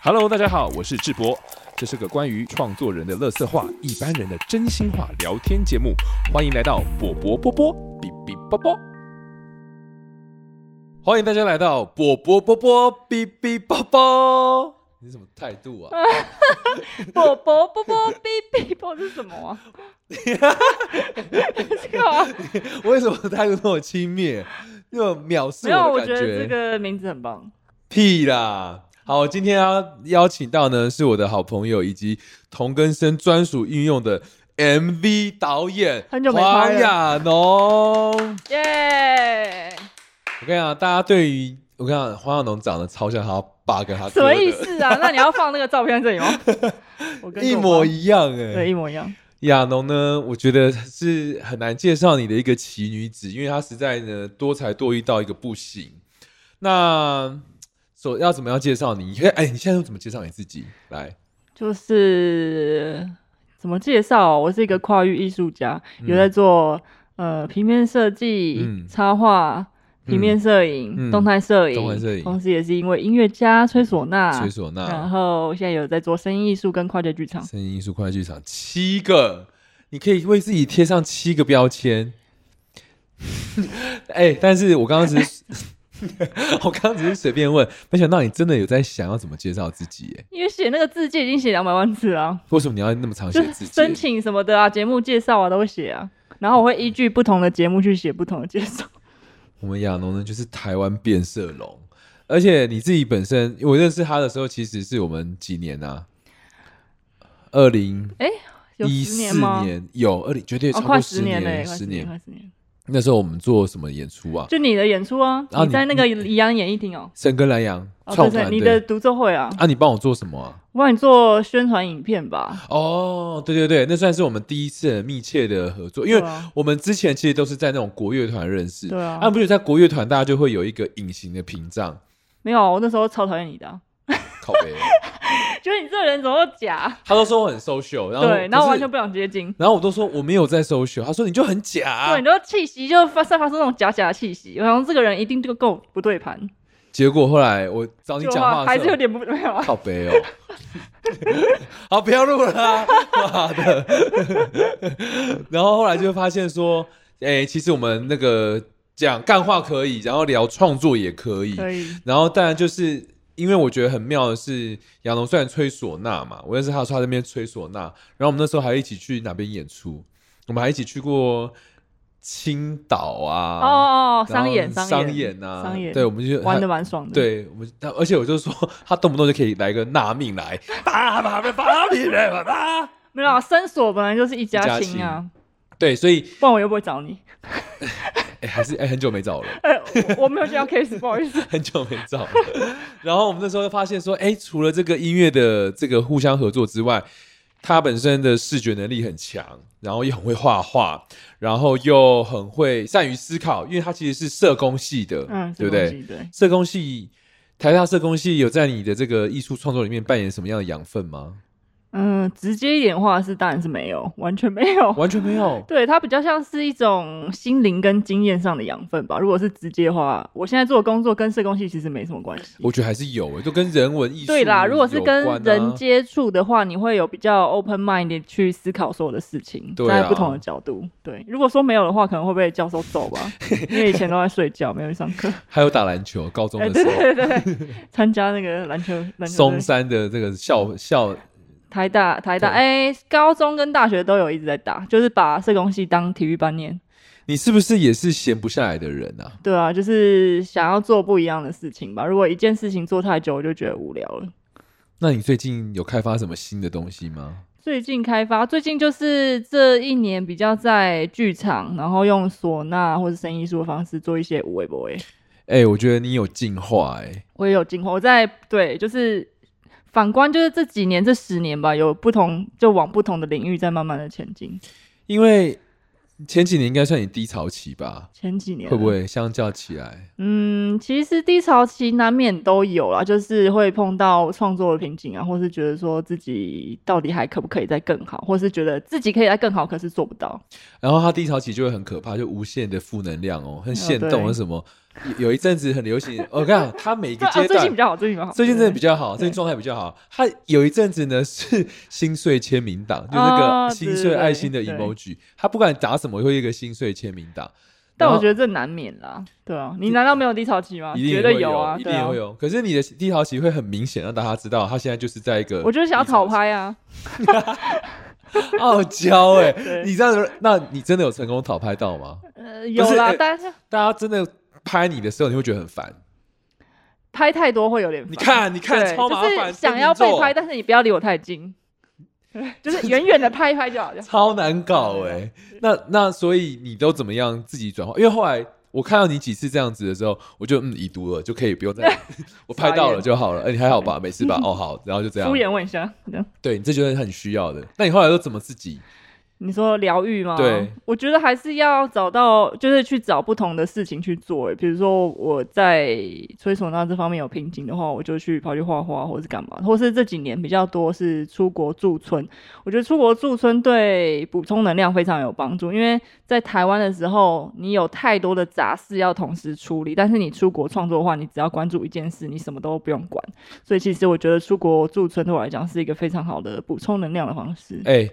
Hello，大家好，我是智博，这是个关于创作人的乐色话、一般人的真心话聊天节目，欢迎来到波波波波比比波波。欢迎大家来到波波波波比比波波。你什么态度啊？波波波 波哔哔波是什么 啊？这个啊为什么态度那么轻蔑，那种藐视没有，我我的感觉得这个名字很棒。屁啦！好，今天要邀请到呢是我的好朋友以及同根生专属运用的 MV 导演很久没拍黄了亚农。我耶！跟你讲，大家对于我跟你讲，黄亚农长得超像他爸跟他什么哥意的，思啊？那你要放那个照片在这里 吗？我跟一模样，一样哎、对，一模一样。亚农呢，我觉得是很难介绍你的一个奇女子，因为她实在呢多才多艺到一个不行。那所要怎么样介绍你？哎、哎，你现在又怎么介绍你自己？来，就是怎么介绍哦、我是一个跨域艺术家，有在做呃平面设计、嗯插画、平面摄影、嗯动态摄影、动态摄影同时也是因为音乐家吹唢呐，吹唢然呐、后现在有在做声音艺术跟跨界剧场。声音艺术、快剧场，七个，你可以为自己贴上七个标签。 哎、但是我刚刚只 是，我刚刚只是随便问，没想到你真的有在想要怎么介绍自己、哎，因为写那个字界已经写两百万字了啊，为什么你要那么长就写是自己？申请什么的啊，节目介绍啊都会写啊。然后我会依据不同的节目去写不同的介绍。 我们亚农呢，就是台湾变色龙，而且你自己本身，我认识他的时候，其实是我们几年啊，二零有一十四年吗？年有二零，绝对哦，超快过十十嘞、快十年，年。快十年。那时候我们做什么演出啊？就你的演出啊，啊你在你那个宜阳演艺厅哦，深耕南洋哦创对对，团你的队独奏会啊，啊，你帮我做什么啊？我帮你做宣传影片吧。哦，对对对，那算是我们第一次很密切的合作，因为对啊我们之前其实都是在那种国乐团认识。对啊啊，不是在国乐团，大家就会有一个隐形的屏障，没有，啊我那时候超讨厌你的啊、 靠背。觉得你这个人怎么那么假？他都说我很 social，然后对，然后可我是完全不想接近。然后我都说我没有在 social，他说你就很假、对，你都气息就发散发出那种假假的气息，然后这个人一定就跟我不对盘。结果后来我找哦你就讲话还的时是有候，点不没有啊。靠背哦。好，不要录了啦，妈的。然后后来就发现说，哎、其实我们那个讲干话可以，然后聊创作也可以，可以，然后当然就是因为我觉得很妙的是，杨龙虽然吹唢呐嘛，我认识他的时候他在那边吹唢呐，然后我们那时候还一起去哪边演出，我们还一起去过青岛啊，哦哦，哦然后商演商商演啊，商演，对，我们就玩的他。蛮爽的。，对，我们他，而且我就说， 他动不动就可以来个纳命来，叭叭叭叭命来叭叭。没有啊，生锁本来就是一一家家亲啊，对，所以、不然我又不会找你。哎还是哎、很久没找我了。 哎，我我没有接到 case，不好意思。很久没照了。然后我们那时候就发现说，哎、除了这个音乐的这个互相合作之外，他本身的视觉能力很强，然后又很会画画，然后又很会善于思考，因为他其实是社工系的，嗯，对不这对东？西？对，社工系，台大社工系有在你的这个艺术创作里面扮演什么样的养分吗？嗯，直接一点话是当然是没有，完全没 有。。完全没有对，它比较像是一种心灵跟经验上的养分吧。如果是直接的话，我现在做的工作跟社工系其实没什么关系。我觉得还是有，欸就跟人文艺术对啦，如果是有关跟啊人接触的话，你会有比较 open mind 地去思考所有的事情，对啊站在不同的角度。对，如果说没有的话，可能会被教授揍 吧，因为以前都在睡觉，没有去上课。还有打篮球，高中哎，的时对候，对对对，参加那个篮球篮球队松山的这个校校台大台大，哎，高中跟大学都有一直在打，就是把社工系当体育班念。你是不是也是闲不下来的人啊？对啊，就是想要做不一样的事情吧。如果一件事情做太久，我就觉得无聊了。那你最近有开发什么新的东西吗？最近开发，最近就是这一年比较在剧场，然后用唢呐或者声音艺术的方式做一些无为博诶，哎、我觉得你有进化哎、我也有进化。我在对，就是反观就是这几年这十年吧，有不同就往不同的领域在慢慢的前进。因为前几年应该算你低潮期吧？前几年啊会不？会相较起来，嗯，其实低潮期难免都有啦，就是会碰到创作的瓶颈啊，或是觉得说自己到底还可不可以再更好，或是觉得自己可以再更好，可是做不到。然后它低潮期就会很可怕，就无限的负能量哦，很哦限对动，很什么有有一阵子很流 行，我跟你讲，他每个对啊阶最近比段。较好，最近比较好，最近真的比较较好，最近状态比较好。他有一阵子呢 是心碎签名档，就那啊个心对碎对爱心的对 emoji，他不管打什么会有一个心碎签名档。但我然后觉得这难免啦，对啊，你难道没有低潮期吗？一定绝也会对啊，一定对也啊会。有。可是你的低潮期会很明显，让大家知道他现在就是在一个我就是想要低潮讨期，拍啊，傲 娇哎、对你这样子，那你真的有成功讨拍到吗？呃，有是啦哎，但是大家真的拍你的时候，你会觉得很烦。拍太多会有点烦。你看，你看，对，超麻就烦，是想要天秤被座拍，但是你不要离我太 近，对就是远远的拍一拍就 好。超难搞哎、啊那那所以你都怎么样自己转化？因为后来我看到你几次这样子的时候，我就嗯已读了，就可以不用 再我拍到了就好了。哎、你还好吧？没事吧？哦好，然后就这样敷。衍问一下，这样对你这就是很需要的。那你后来都怎么自己？你说疗愈吗？对，我觉得还是要找到，就是去找不同的事情去做、欸。比如说我在吹唢呐这方面有瓶颈的话，我就去跑去画画，或是干嘛，或是这几年比较多是出国驻村。我觉得出国驻村对补充能量非常有帮助，因为在台湾的时候，你有太多的杂事要同时处理，但是你出国创作的话，你只要关注一件事，你什么都不用管。所以其实我觉得出国驻村对我来讲是一个非常好的补充能量的方式。哎、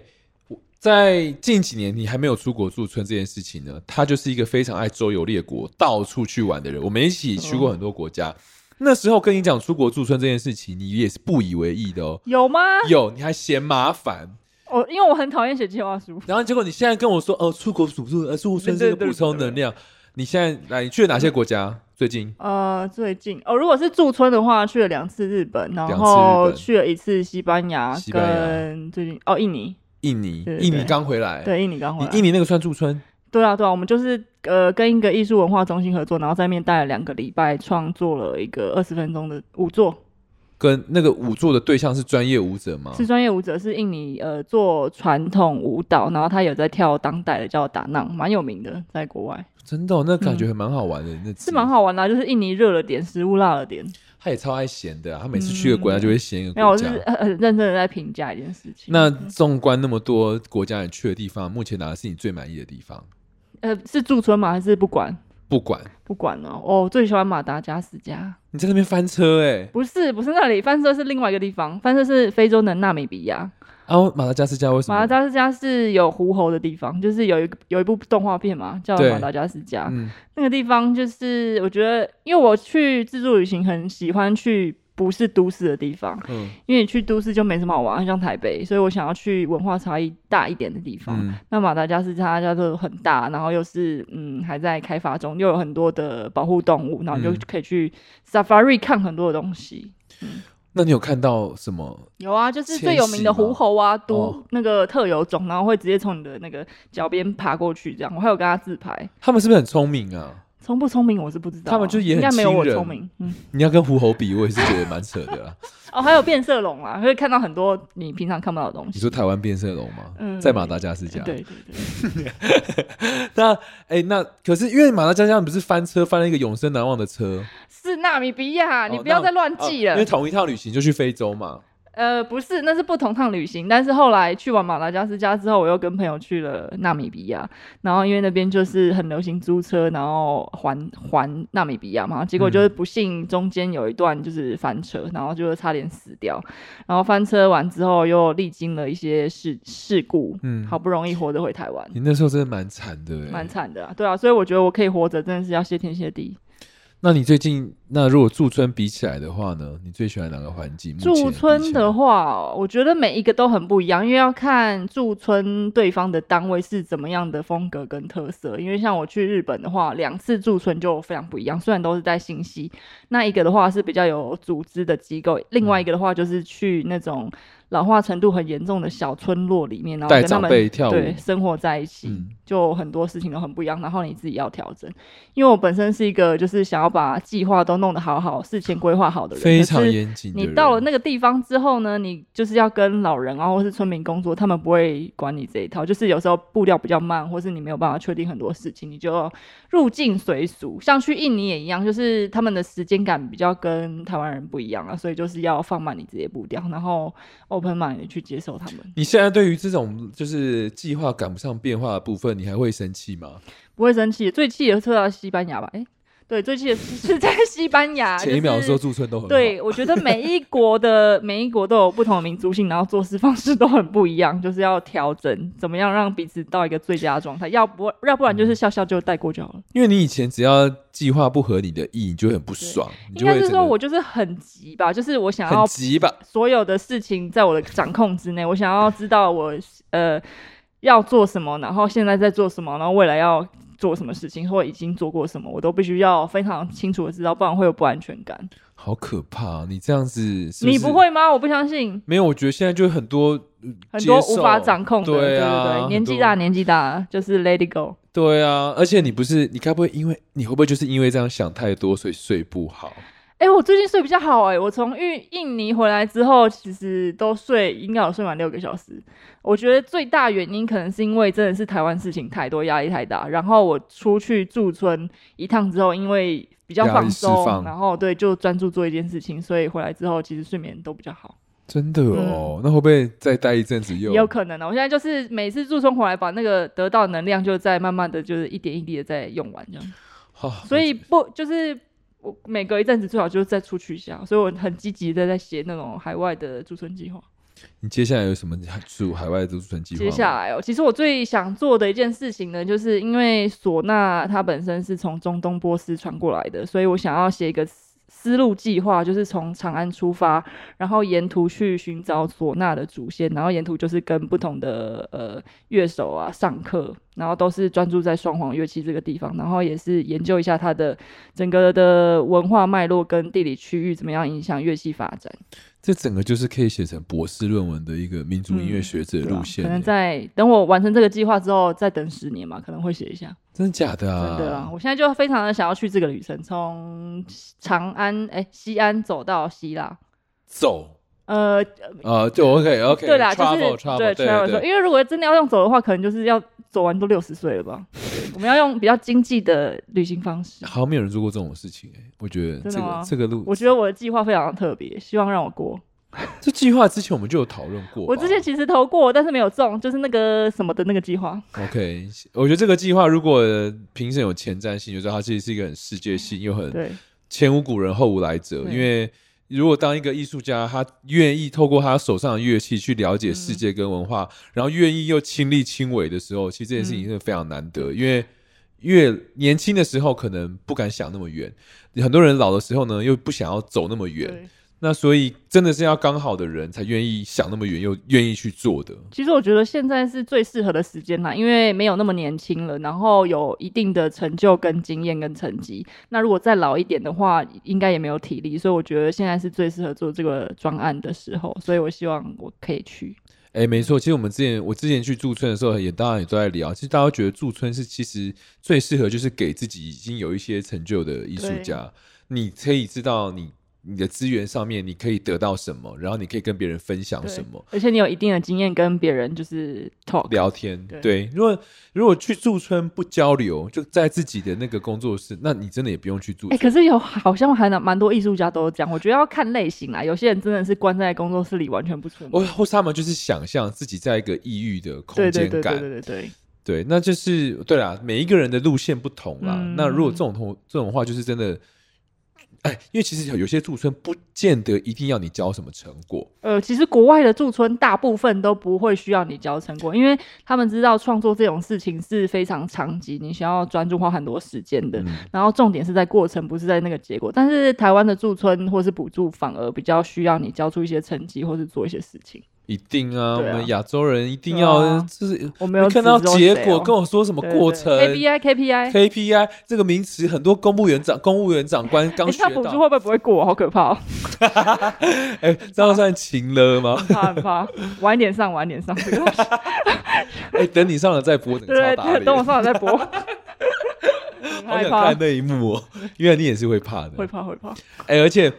我在近几年你还没有出国驻村这件事情呢，他就是一个非常爱周游列国、到处去玩的人。我们一起去过很多国嗯家。那时候跟你讲出国驻村这件事情，你也是不以为意的 哦。有吗？有，你还嫌麻烦，我因为我很讨厌写计划书，然后结果你现在跟我说，呃，出国补助，呃，出国村这对个对对补充能量。你现在来，你去了哪些国家？最近 呃，最近哦，如果是驻村的话，去了两次日本，然两次日后本去了一次西班牙，西班牙跟最近哦印尼，印尼对，对印尼对刚回来，对印尼刚回你来，印尼那个算驻村？对啊对啊，我们就是呃跟一个艺术文化中心合作，然后在面待了两个礼拜，创作了一个二十分钟的舞作，跟那个舞作的对象是专业舞者吗？是专业舞者，是印尼呃做传统舞蹈，然后他有在跳当代的叫达囊，蛮有名的，在国外真的哦、那感觉还蛮好玩的。那是蛮好玩的啊、就是印尼热了点，食物辣了点，他也超爱闲的啊、他每次去一个国家就会闲一没个有，国我是家。很很认真的在评价一件事情。那纵观那么多国家你去的地方，目前哪个是你最满意的地方？呃，是驻村吗？还是不管？不管不管了、哦，我最喜欢马达加斯加。你在那边翻车哎、欸，不是，不是那里，翻车是另外一个地方，翻车是非洲的纳米比亚。啊，马达加斯加为什么？马达加斯加是有狐猴的地方，就是有一个有一部动画片嘛，叫对《马达加斯加》。嗯，那个地方就是我觉得，因为我去自助旅行很喜欢去不是都市的地方，嗯因为你去都市就没什么好玩，像台北，所以我想要去文化差异大一点的地方。嗯那马达加斯加它就很大，然后又是嗯还在开发中，又有很多的保护动物，然后你嗯就可以去 safari 看很多的东西。那你有看到什么？有啊，就是迁最有名的徙吗狐猴啊，哦毒那个特有种，然后会直接从你的那个脚边爬过去，这样。我还有跟他自拍，他们是不是很聪明啊？聪不聪明我是不知道啊、他们就也很应该没有我亲人聪明。嗯，你要跟狐猴比，我也是觉得蛮扯的啊 啦。哦，还有变色龙啊，会看到很多你平常看不到的东你 西。说台湾变色龙吗？嗯在马达加斯加。对对对，那哎、那可是因为马达加斯加不是翻车，翻了一个永生难忘的车，是纳米比亚，啊你哦不要那再乱记了。啊因为同一趟旅行就去非洲嘛。呃，不是，那是不同趟旅行。但是后来去完马达加斯加之后，我又跟朋友去了纳米比亚，然后因为那边就是很流行租车，然后环环纳米比亚嘛，结果就是不幸中间有一段就是翻车，然后就差点死掉。然后翻车完之后，又历经了一些事事故，嗯好不容易活着回台湾，你那时候真的蛮惨的、欸，蛮惨的、啊，对啊。所以我觉得我可以活着，真的是要谢天谢地。那你最近，那如果驻村比起来的话呢，你最喜欢哪个环境？目前驻村的比话哦，我觉得每一个都很不一样，因为要看驻村对方的单位是怎么样的风格跟特色。因为像我去日本的话，两次驻村就非常不一样，虽然都是在新西，那一个的话是比较有组织的机构，另外一个的话就是去那种老化程度很严重的小村落里面，然后带跟他长们辈跳舞，对生活在一起。嗯，就很多事情都很不一样，然后你自己要调整。因为我本身是一个就是想要把计划都弄得好好，事前规划好的人，非可常是严谨的你人。到了那个地方之后呢，你就是要跟老人啊，或是村民工作，他们不会管你这一套。就是有时候步调比较慢，或是你没有办法确定很多事情，你就要入境随俗。像去印尼也一样，就是他们的时间感比较跟台湾人不一样啊，所以就是要放慢你自己的步调，然后 open mind 地去接受他们，你现在对于这种就是计划赶不上变化的部分，你还会生气吗？不会生气。最气的是到西班牙吧？诶，对，最近是在西班牙。前一秒啊就是说驻村都很好，对，我觉得每一国的 每一国都有不同的民族性，然后做事方式都很不一样，就是要调整，怎么样让彼此到一个最佳的状态，要不要不然嗯就是笑笑就带过就好了。因为你以前只要计划不合你的意，你就会很不爽，你就应会该是整说个我就是很急吧，就是我想要很急吧？所有的事情在我的掌控之内，我想要知道我呃要做什么，然后现在在做什么，然后未来要。做什么事情或已经做过什么，我都必须要非常清楚的知道，不然会有不安全感。好可怕、你这样子是你不不是？会吗？我不相信。没有，我觉得现在就很多很多接受无法掌控的，对啊对对很多对，年纪大年纪大，就是 let it go。对啊，而且你不是，你该不会因为你会不会就是因为这样想太多，所以睡不好？哎、我最近睡比较好哎、我从印印尼回来之后，其实都睡应该有睡满六个小时。我觉得最大原因可能是因为真的是台湾事情太多，压力太大。然后我出去驻村一趟之后，因为比较压力放释松，放然后对就专注做一件事情，所以回来之后其实睡眠都比较好。真的哦，那会不会再待一阵子又也嗯有可能啊呢、我现在就是每次驻村回来，把那个得到的能量就再慢慢的就是一点一滴的再用完这样。啊所以不就是我每隔一阵子最好就是再出去一下，所以我很积极的在写那种海外的驻村计划。你接下来有什么住海外的驻村计划吗？接下来哦，其实我最想做的一件事情呢，就是因为唢呐它本身是从中东波斯传过来的，所以我想要写一个思思路计划，就是从长安出发，然后沿途去寻找唢呐的祖先，然后沿途就是跟不同的呃乐手啊上课，然后都是专注在双簧乐器这个地方，然后也是研究一下它的整个的文化脉络跟地理区域怎么样影响乐器发展。这整个就是可以写成博士论文的一个民族音乐学者的对吧路线耶、欸可能在等我完成这个计划之后，再等十年嘛，可能会写一下。真的假的啊？真的啊！我现在就非常的想要去这个旅程，从长安哎、西安走到希腊。走呃，啊、就 OK OK，哦对啦，就 travel 是 travel 对对 travel 的时候因为如果真的要用走的话，可能就是要走完都六十岁 了吧。对我们要用比较经济的旅行方式。好像没有人做过这种事情哎、我觉得真这个的吗这个路，我觉得我的计划非常特别，希望让我过。这计划之前我们就有讨论过吧。我之前其实投过，但是没有中，就是那个什么的那个计划。 OK，我觉得这个计划如果评审有前瞻性，就知道它其实是一个很世界性又很对，前无古人后无来者。对因为如果当一个艺术家，他愿意透过他手上的乐器去了解世界跟文化，然后愿意又亲力亲为的时候，其实这件事情嗯是非常难得，因为。越年轻的时候可能不敢想那么远，很多人老的时候呢又不想要走那么远，对。那所以真的是要刚好的人才愿意想那么远，又愿意去做的。其实我觉得现在是最适合的时间啦，因为没有那么年轻了，然后有一定的成就、跟经验、跟成绩。那如果再老一点的话，应该也没有体力，所以我觉得现在是最适合做这个专案的时候。所以我希望我可以去。哎，没错，其实我们之前我之前去驻村的时候，也当然也都在聊，其实大家觉得驻村是其实最适合就是给自己已经有一些成就的艺术家，你可以知道你你的资源上面你可以得到什么，然后你可以跟别人分享什么。而且你有一定的经验，跟别人就是 talk。聊天对对，如果如果去驻村不交流，就在自己的那个工作室，那你真的也不用去驻哎、村。可是有好像还蛮蛮多艺术家都是这样，我觉得要看类型啦。有些人真的是关在工作室里完全不出或门，或是他们就是想象自己在一个抑郁的空对间对感，对对对对对，对，那就是对啦，每一个人的路线不同啦。嗯那如果这种同这种话，就是真的，哎，因为其实有有些驻村不见得一定要你交什么成果，呃，其实国外的驻村大部分都不会需要你交成果，因为他们知道创作这种事情是非常长期，你需要专注花很多时间的。嗯然后重点是在过程，不是在那个结果。但是台湾的驻村或是补助，反而比较需要你交出一些成绩，或是做一些事情。一定啊，我对啊们亚洲人一定对啊要、就是我没有你看到指责结谁果，哦跟我说什么对过程。 KPI KPI， KPI 这个名词，很多公务员长、公务员长 官刚诶学那补助到，会不会不会过？好可怕、哦，哎、这样算勤了吗？ 很怕很怕。晚一点上，晚一点上这个东西。哎、等你上了再播，整个对超对打对，等我脸。上来 再播。很好害想怕看，那一幕哦，因为你也是会怕的。会怕会怕。哎、而且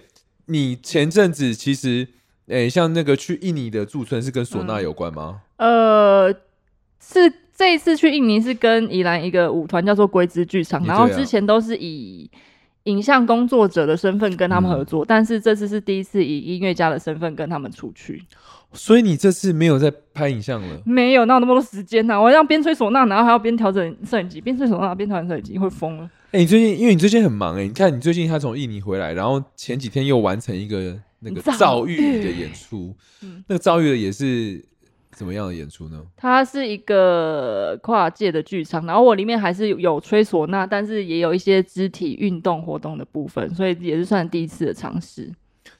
你前阵子其实，哎、像那个去印尼的驻村是跟唢嗯呐有关吗？呃，是这一次去印尼是跟宜兰一个舞团叫做龟之剧场，也然后对啊之前都是以影像工作者的身份跟他们合嗯作，但是这次是第一次以音乐家的身份跟他们出去。所以你这次没有在拍影像了，没有，哪有那么多时间呢、我要边吹唢呐，然后还要边调整摄影机，边吹唢呐边调整摄影机，会疯了。哎、你最近因为你最近很忙哎、你看你最近他从印尼回来，然后前几天又完成一个那个造赵玉的演出，嗯那个赵玉的也是怎么样的演出呢？它是一个跨界的剧场，然后我里面还是有吹唢呐，但是也有一些肢体运动活动的部分，所以也是算第一次的尝试，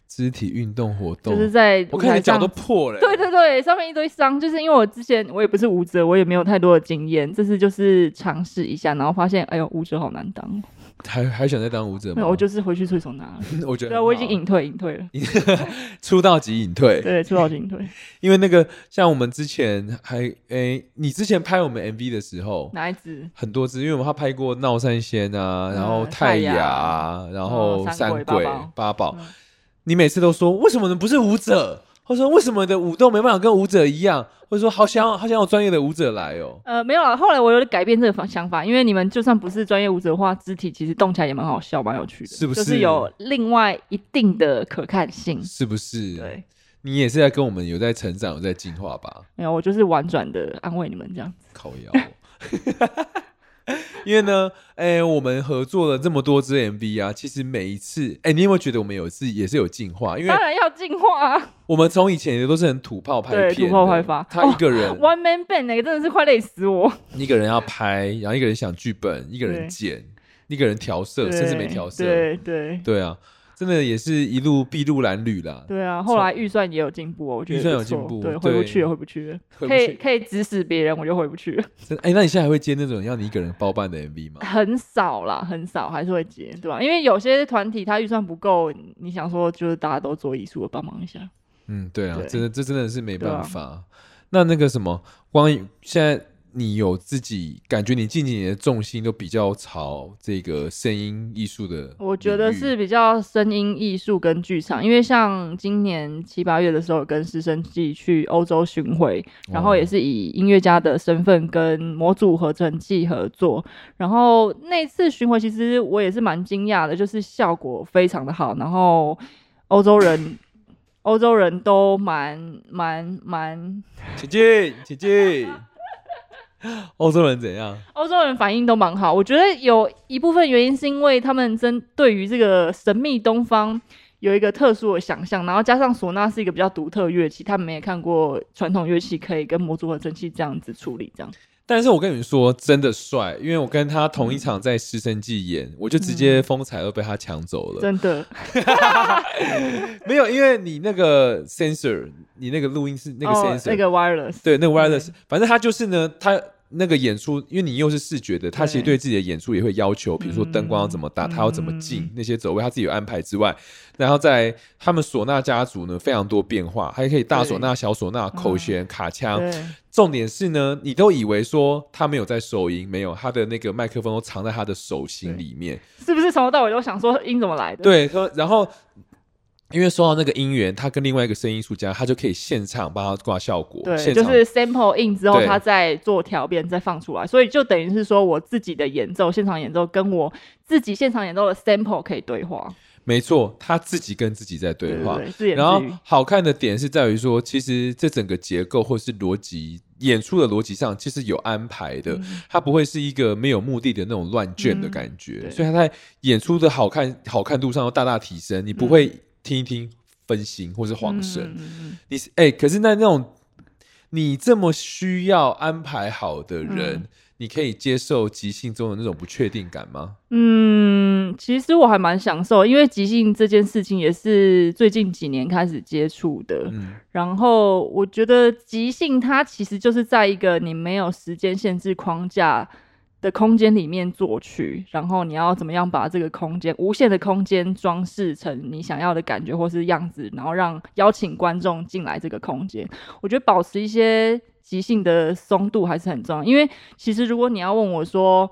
肢体运动活动，就是在我舞看台你脚上都破了、欸对对对，上面一堆伤，就是因为我之前我也不是舞者，我也没有太多的经验，这次就是尝试一下，然后发现，哎呦，舞者好难当。还还想再当舞者没吗？有，我就是回去吹唢呐了。 我觉得对很啊，好，我已 经隐退，隐退了。出道即隐退，对，出道就隐退。因为那个像我们之前还诶、你之前拍我们 MV 的时候。哪一支？很多支，因为我们他拍过《闹三仙》啊，嗯然后《泰雅》啊，然后《嗯三三鬼鬼》八宝嗯，你每次都说为什么你不是舞者，或者说为什么你的舞动没办法跟舞者一样，或者说好想要好想要有专业的舞者来哦。呃，没有啊。后来我有改变这个方想法，因为你们就算不是专业舞者的话，肢体其实动起来也蛮好笑，蛮有趣的，是不就是是有另外一定的可看性。是不是？对，你也是在跟我们有在成长，有在进化吧？没有，我就是婉转的安慰你们这样子。靠腰 哦。因为呢，哎、我们合作了这么多支 MV 啊，其实每一次，哎、你有没有觉得我们有一次也是有进化？因为当然要进化、啊、我们从以前也都是很土炮拍对片的，土炮拍法他一个人， ，One Man Band 那个真的是快累死我。一个人要拍，然后一个人想剧本，一个人对剪，一个人调色，甚至没调色，对对。对啊，真的也是一路筚路蓝缕啦。对啊，后来预算也有进步哦，我觉得预算有不错进步对，对回不去也回不去了，回不可去以可以指使别人，我就回不去了，真的哎、那你现在还会接那种要你一个人包办的 MV 吗？很少啦，很少还是会接，对吧、因为有些团体他预算不够，你想说就是大家都做艺术的帮忙一下，嗯，对啊，对真的这真的是没办对啊法。那那个什么，光现在你有自己感觉，你近几年的重心都比较朝这个声音艺术的，我觉得是。比较声音艺术跟剧场，因为像今年七八月的时候有跟师生季去欧洲巡回，然后也是以音乐家的身份跟模组合成器合作。然后那次巡回其实我也是蛮惊讶的，就是效果非常的好，然后欧洲人欧洲人都蛮蛮蛮，姐姐，姐姐，欧洲人怎样？欧洲人反应都蛮好。我觉得有一部分原因是因为他们针对于这个神秘东方。有一个特殊的想象，然后加上唢呐是一个比较独特的乐器，他们也看过传统乐器可以跟模组合成器这样子处理，这样但是我跟你们说，真的帅，因为我跟他嗯同一场在师生季演，我就直接风采都被他抢走了。真的没有，因为你那个 sensor，你那个录音是那个哦 sensor，、那个 wireless，对，那个 wireless，反正他就是呢，他那个演出，因为你又是视觉的，他其实对自己的演出也会要求，比如说灯光要怎么打，他要怎么进嗯那些走位，他自己有安排之外，然后在他们唢呐家族呢非常多变化，还可以大唢呐、小唢呐、口弦、卡腔，嗯对重点是呢，你都以为说他没有在收音，没有，他的那个麦克风都藏在他的手心里面。是不是从头到尾都想说音怎么来的？，对，说然后因为说到那个音源，他跟另外一个声音艺术家，他就可以现场帮他挂效果，对，现就场是 sample in 之后，对他再做调变，再放出来，所以就等于是说我自己的演奏，现场演奏跟我自己现场演奏的 sample 可以对话，没错，他自己跟自己在对话。对，自言然后自语。好看的点是在于说，其实这整个结构或是逻辑演出的逻辑上，其实有安排的，它不会是一个没有目的的那种乱卷的感觉，嗯对所以它在演出的好看好看度上要大大提升。你不会听一听分心或是晃神，嗯嗯嗯你是哎、可是那那种你这么需要安排好的人，嗯你可以接受即兴中的那种不确定感吗？嗯，其实我还蛮享受，因为即兴这件事情也是最近几年开始接触的。嗯，然后我觉得即兴它其实就是在一个你没有时间限制框架的空间里面作曲，然后你要怎么样把这个空间无限的空间装饰成你想要的感觉或是样子，然后让邀请观众进来这个空间。我觉得保持一些即兴的松度还是很重要，因为其实如果你要问我说。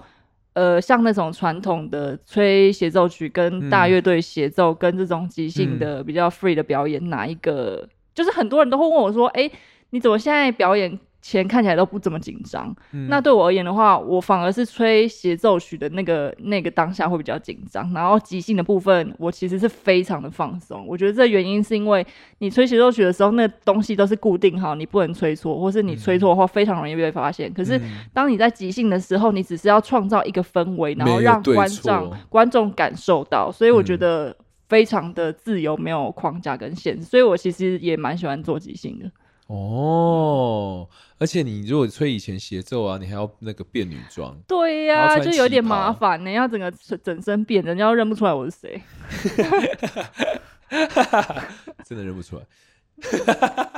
呃，像那种传统的吹协奏曲跟大嗯乐队协奏，跟这种即兴嗯的比较 free 的表演，哪一个就是很多人都会问我说：“哎、你怎么现在表演前看起来都不怎么紧张。嗯那对我而言的话，我反而是吹协奏曲的那个那个当下会比较紧张，然后即兴的部分我其实是非常的放松。我觉得这原因是因为你吹协奏曲的时候，那东西都是固定好，你不能吹错，或是你嗯吹错的话非常容易被发现。可是当你在即兴的时候，你只是要创造一个氛围，然没后有让对观错众观众感受到，所以我觉嗯得非常的自由，没有框架跟限制，所以我其实也蛮喜欢做即兴的。哦，而且你如果吹以前协奏啊，你还要那个变女装，对然后呀、穿就有旗点袍麻烦呢、要整个整整身变，人家要认不出来我是 谁。真的认不出来。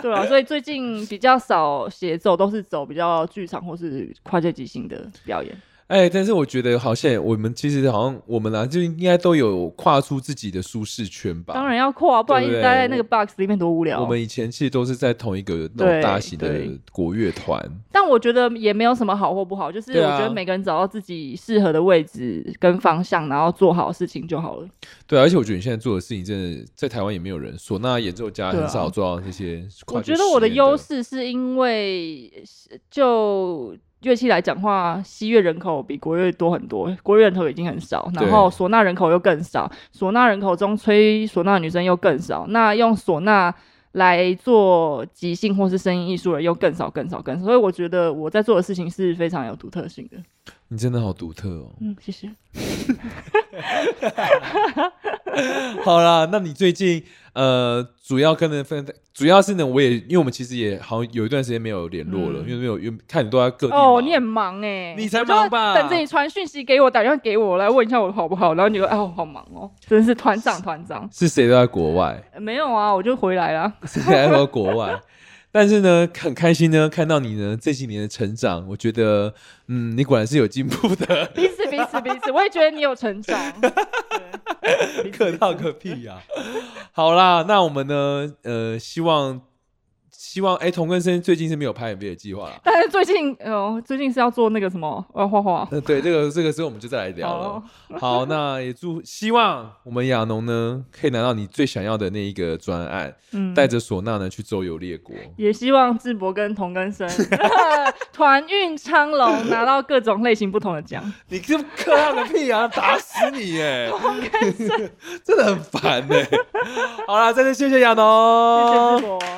对啊，所以最近比较少协奏，都是走比较剧场或是跨界即兴的表演。哎，但是我觉得好像我们其实好像我们啊，就应该都有跨出自己的舒适圈吧。当然要跨，不然一对直不对待在那个 box 里面多无聊。我们以前其实都是在同一个那种对大型的对国乐团，但我觉得也没有什么好或不好，就是对我啊觉得每个人找到自己适合的位置跟方向，然后做好事情就好了。对啊，而且我觉得你现在做的事情，真的在台湾也没有人，唢呐演奏家对很啊少做到这些跨我界实觉验。得我的优势是因为就乐器来讲话，西乐人口比国乐多很多，国乐人口已经很少，对然后唢呐人口又更少，唢呐人口中吹唢呐的女生又更少，那用唢呐。来做即兴或是声音艺术人又更少更少更少，所以我觉得我在做的事情是非常有独特性的。你真的好独特哦。嗯，谢谢。 好啦，那你最近呃，主要跟人分，主要是呢，我也因为我们其实也好像有一段时间没有联络了，嗯因为没有，因为看你都在各地哦嘛，你很忙哎、你才我就忙吧等着你传讯息给我，打电话给我来问一下我好不好，然后你就哎，我好忙哦，真是团长团长。是谁都在国外， 呃没有啊，我就回来了。是谁都在国外。但是呢，很开心呢，看到你呢这几年的成长，我觉得，嗯，你果然是有进步的， 彼此彼此彼此，我也觉得你有成 长。对彼此客套个屁呀、好啦，那我们呢，呃，希望，希望，哎、童根生最近是没有拍 MV 的计划啦，但是最近，呃，最近是要做那个什么，我要画画。 那嗯对，这个这个时候我们就再来聊了哦。 好，那也祝希望我们亚农呢可以拿到你最想要的那一个专案，嗯，带着唢呐呢去周游列国。也希望智博跟童根 生团运昌隆，拿到各种类型不同的奖。 你这客套个屁啊，打死你耶！ 真的很烦呢。好啦，再次谢谢亚农，谢谢智博。